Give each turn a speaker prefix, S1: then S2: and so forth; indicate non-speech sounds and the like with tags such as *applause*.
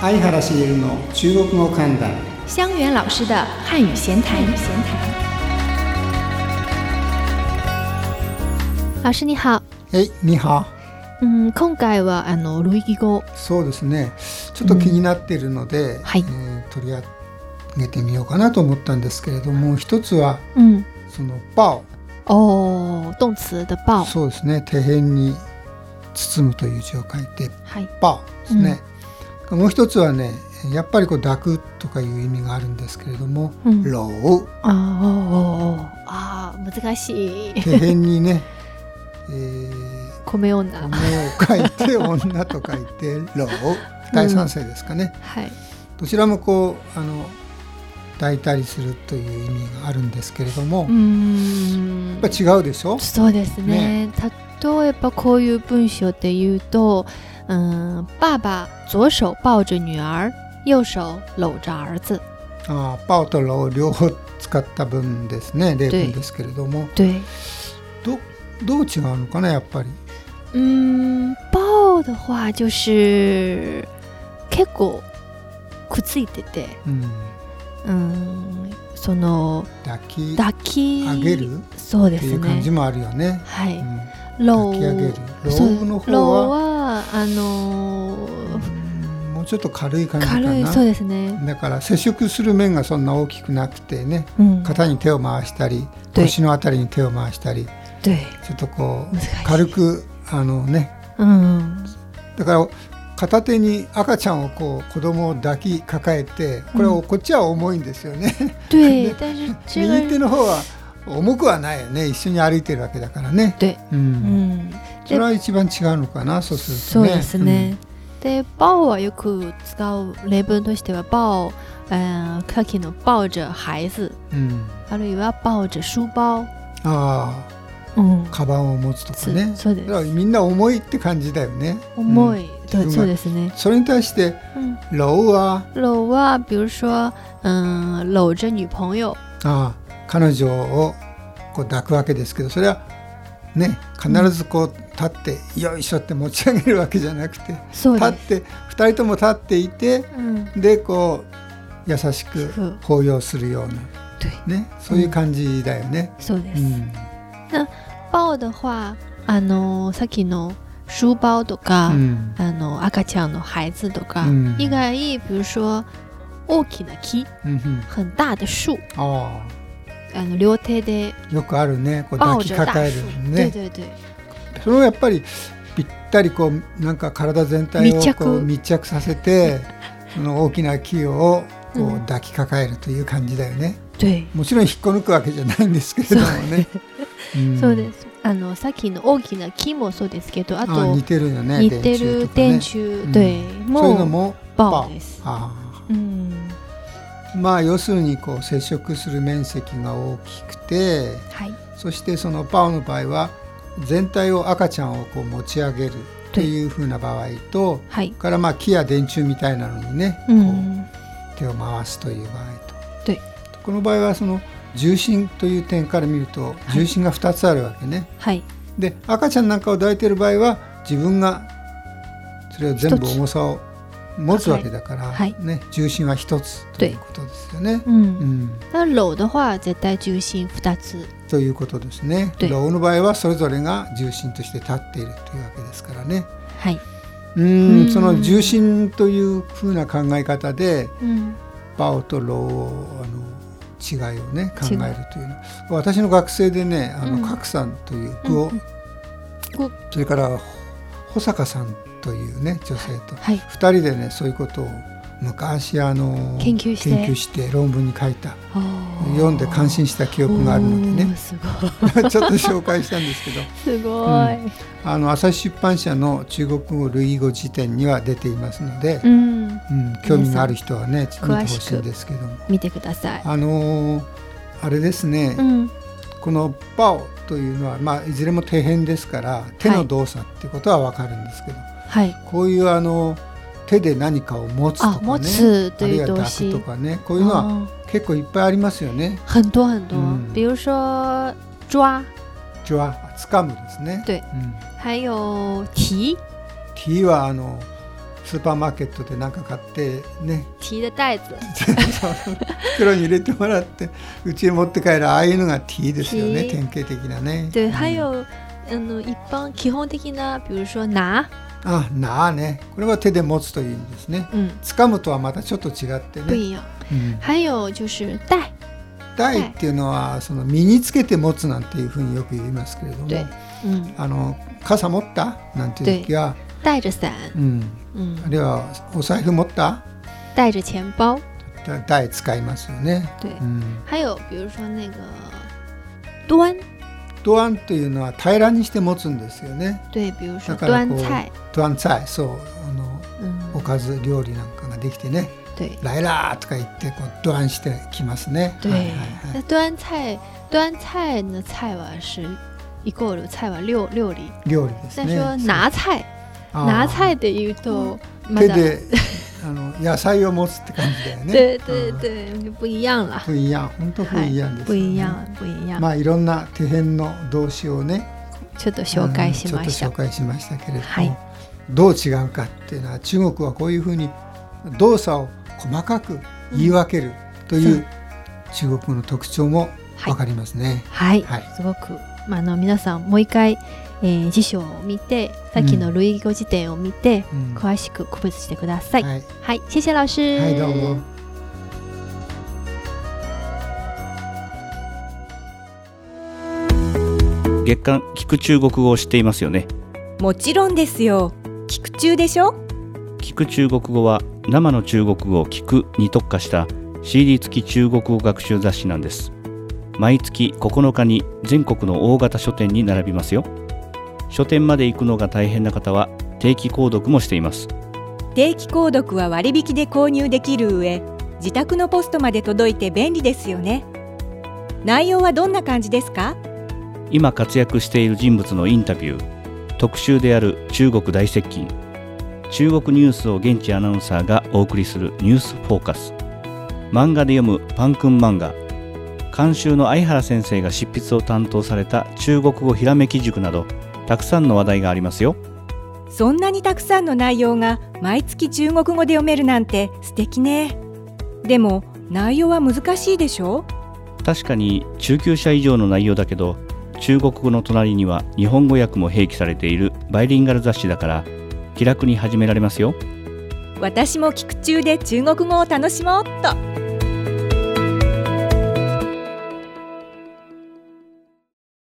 S1: 相原茂の中国語観覧
S2: 香源老师的汉语闲谈。闲谈。老师你好，
S1: えいには
S2: 嗯，今回はあの類義語、
S1: そうですねちょっと気になっているので、
S2: は
S1: え
S2: い
S1: ー取り上げてみようかなと思ったんですけれども一つは
S2: 嗯，
S1: その「パオ
S2: 哦，动词的」抱，
S1: そうですね手辺に包むという字を書いて
S2: 嗨，
S1: 「パオ」ですね、もう一つはねやっぱりこう「抱く」とかいう意味があるんですけれども「
S2: 嗯，
S1: ロウ」
S2: 哦哦哦啊，難しい。
S1: 手辺にね、 *laughs* えー
S2: 米女。
S1: 米を書いて女と書いて老第三世ですかね、
S2: はい。
S1: どちらもこうあの抱いたりするという意味があるんですけれども、
S2: うー
S1: や
S2: ん
S1: っ。ぱ違うでしょ
S2: そうですね。例えばこういう文章で言うと、嗯，爸爸左手抱着女儿，右手搂着儿子。
S1: あーパオとロー両方使った文ですね例文ですけれども
S2: 对，
S1: どどう違うのかなやっぱり
S2: 嗯，抱的话就是結構くっついてて、
S1: うん
S2: 嗯，その
S1: 抱き
S2: 抱き
S1: 上げる
S2: そうで
S1: って
S2: す
S1: いう感じ
S2: ね。
S1: もあるよね。
S2: は
S1: う
S2: い。
S1: ん
S2: 搂
S1: 抱き上げる
S2: そう
S1: 搂の
S2: 搂
S1: 方は
S2: はあのー
S1: うんもうちょっと軽い感じか
S2: 軽いそ
S1: な。
S2: うですね。
S1: だから接触する面がそんな大きくなくてね
S2: うん
S1: 肩に手を回したり
S2: 对
S1: 腰のあたりに手を回したり
S2: 对。
S1: ちょっとこう
S2: 難しい
S1: 軽くあのね
S2: うん。
S1: だから片手に赤ちゃんをこう子供を抱き抱えてこれは、
S2: うん
S1: こっちは重いんですよね
S2: 对，但是这
S1: 右手
S2: 个
S1: の方は重くはないよね一緒に歩いてるわけだからね、
S2: 对，
S1: うん、
S2: 嗯，
S1: それは一番違うのかなそうす
S2: そう
S1: るとね
S2: ですね。で、抱はよく使う例文としては抱、嗯、呃，さっきの抱着孩子，
S1: うん、うん
S2: あるいは抱着書包。
S1: あ
S2: うん
S1: あ。カバンを持つとかね
S2: そうで
S1: だか
S2: す。
S1: らみんな重いって感じだよね
S2: 重
S1: うん
S2: い、
S1: 自分
S2: 对
S1: が
S2: そうですね。
S1: それに対して
S2: 嗯，
S1: 「ロウは
S2: 搂啊，比如说，嗯，搂着女朋友。
S1: ああ彼女をこう抱くわけですけどそれはね必ずこう立って、よいしょって持ち上げるわけじゃなくて
S2: そう
S1: 立
S2: で
S1: っ
S2: す。
S1: て2人とも立っていて
S2: うん。
S1: でこう優しく
S2: そう
S1: 抱擁するよう
S2: 对，
S1: な、ね、そういう感じだよね。
S2: そうで
S1: う
S2: す。
S1: ん
S2: 抱的话、あのさっきの書包と
S1: う
S2: か。
S1: ん
S2: あの赤ちゃんの孩子とか、
S1: うん
S2: 以外に比如说大きな木
S1: うんうん
S2: 很大的树
S1: あ
S2: あの両手で
S1: あよくあるねこう抱
S2: 抱
S1: き
S2: 着
S1: か
S2: 大
S1: かえ
S2: 树、
S1: る
S2: 对
S1: ね
S2: 对对
S1: それをやっぱりぴったりこうなんか体全体を
S2: 密着
S1: こう密着させてその大きな木をこ
S2: う
S1: うん抱きかかえるという感じだよね。
S2: 对、
S1: もちろん引っこ抜くわけじゃないんですけれどもね。ん
S2: そうですあのさっきの大きな木もそうですけどあ
S1: あ
S2: と
S1: 似てるよね。
S2: 似てる電柱、
S1: うん
S2: 对
S1: そういうの
S2: もう
S1: も
S2: 抱です
S1: あ
S2: うん
S1: あまあ要するにこう接触する面積が大きくて、
S2: はい
S1: そしてそのパオの場合は全体を赤ちゃんをこう持ち上げるというふうな場合と、
S2: はい
S1: からまあ木や電柱みたいなのにね、
S2: う
S1: こ
S2: ん
S1: う手を回すという場合と。
S2: 对
S1: この場合はその重心という点から見ると
S2: い
S1: 重心が2つあるわけね。
S2: はい
S1: で赤ちゃんなんかを抱いてる場合は自分がそれを全部
S2: 一つ
S1: 重さを持つわけだから、
S2: はい
S1: ね、重心は一つということですよね。
S2: う
S1: うんん、
S2: 那搂的话絶対重心二つ
S1: ということですね。
S2: 对
S1: 老の場合はそれぞれが重心として立っているというわけですからね。
S2: はい
S1: うん
S2: うん
S1: その重心というふうな考え方で
S2: うん
S1: バオと老をあの違いをね考えるというの私の学生でねあの、
S2: うん
S1: 角さんという具を、
S2: うん具
S1: それから保坂さんというね女性と
S2: はい
S1: 二人でねそういうことを昔あの
S2: 研究して
S1: 研究して論文に書いた
S2: あー
S1: 読んで感心した記憶があるので
S2: *laughs* おー
S1: ね *laughs*
S2: すごい
S1: ちょっと紹介したんですけど
S2: すごい。
S1: あの朝日出版社の中国語類語辞典には出ていますので、
S2: うん、
S1: うん、興味がある人はね見て
S2: さん
S1: ほしいんですけども
S2: 見てください。
S1: あのーあれですね、
S2: うん、
S1: この「パオ」というのは、まあ、いずれも底辺ですから手の動作っていうことはわかるんですけど、
S2: はい。
S1: こういうあの手で何かを持つとか
S2: あ
S1: ね、
S2: 持つと
S1: あるい
S2: いう
S1: は
S2: 動
S1: 抱
S2: 詞
S1: く。とかねこういうのは
S2: 哦
S1: 結構いっぱいありますよね。
S2: 很多很多
S1: 嗯，
S2: 比如说抓，
S1: ジョア掴むですね。
S2: 对
S1: うん、
S2: 还有提，
S1: T はあのスーパーマーケットで何か買ってね *laughs*
S2: 提的袋子，
S1: 袋に入れてもらってうちに持って帰るああいうのが T ですよね
S2: T
S1: 典型的なね。
S2: 对，
S1: うん
S2: 还有嗯，一般基本的な，比如说拿，
S1: あなあねこれは手で持つという意味ですね。
S2: 嗯，
S1: 掴むとはまたちょっと違って
S2: 不
S1: ね。
S2: 一样。
S1: うん
S2: 还有就是带，
S1: 台っていうのはその身につけて持つなんていうふうによく言いますけれども
S2: 对嗯，
S1: あの傘持ったなんていう時は、
S2: 带着伞，
S1: うん、あ
S2: 嗯，
S1: るいはお財布持った
S2: 带着钱包，
S1: だ台使いますよね。
S2: 对。
S1: うん、
S2: 还有比如说那个端，
S1: ドアンというのは平らにして持つんですよね。
S2: 对，比如说
S1: だから
S2: 端
S1: こう
S2: 菜，
S1: ドアン菜そうあのお
S2: 嗯，
S1: かず料理なんかができてね
S2: 对
S1: 「ライラー」とか言ってこうドアンしてきますね。
S2: 对。
S1: はいはいは
S2: 那
S1: い、
S2: 端菜端菜呢，菜碗是一个有菜碗六六里。
S1: 料理です
S2: 再
S1: ね。
S2: 说拿菜，
S1: あー
S2: 拿菜的一豆，
S1: 手であの野菜を持つって感じだよね。
S2: 对对
S1: うん
S2: 对，就不一样了。
S1: 不一样本当不一样です、ね
S2: 不一样，不一样
S1: ま。あいろんな手編の動詞をね
S2: ちょっと紹介しま
S1: うん
S2: し
S1: ちょっ。
S2: た
S1: と紹介しましたけれども、
S2: はい
S1: どう違うかっていうのは中国はこういうふうに動作を細かく言い分けるという、
S2: そう
S1: 中国の特徴もわかりますね。
S2: はい、
S1: はい
S2: すごく、まあ、あの皆さんもう一回、えー辞書を見てさっきの類義語辞典を見て、
S1: うん
S2: 詳しく区別してください。はい、
S1: はい、
S2: 谢谢老师。
S1: はい、どうも。
S3: 月刊聞く中国語を知っていますよね
S4: もちろんですよ聞く中でしょ
S3: 聞く中国語は生の中国語を聞くに特化した CD 付き中国語学習雑誌なんです毎月9日に全国の大型書店に並びますよ書店まで行くのが大変な方は定期購読もしています
S4: 定期購読は割引で購入できる上自宅のポストまで届いて便利ですよね内容はどんな感じですか
S3: 今活躍している人物のインタビュー特集である中国大接近中国ニュースを現地アナウンサーがお送りする「ニュースフォーカス」漫画で読むパンくん漫画監修の相原先生が執筆を担当された中国語ひらめき塾などたくさんの話題がありますよ
S4: そんなにたくさんの内容が毎月中国語で読めるなんて素敵ねでも内容は難しいでしょ
S3: 確かに中級者以上の内容だけど中国語の隣には日本語訳も併記されているバイリンガル雑誌だから気楽に始められますよ
S4: 私も聞く中で中国語を楽しもうっと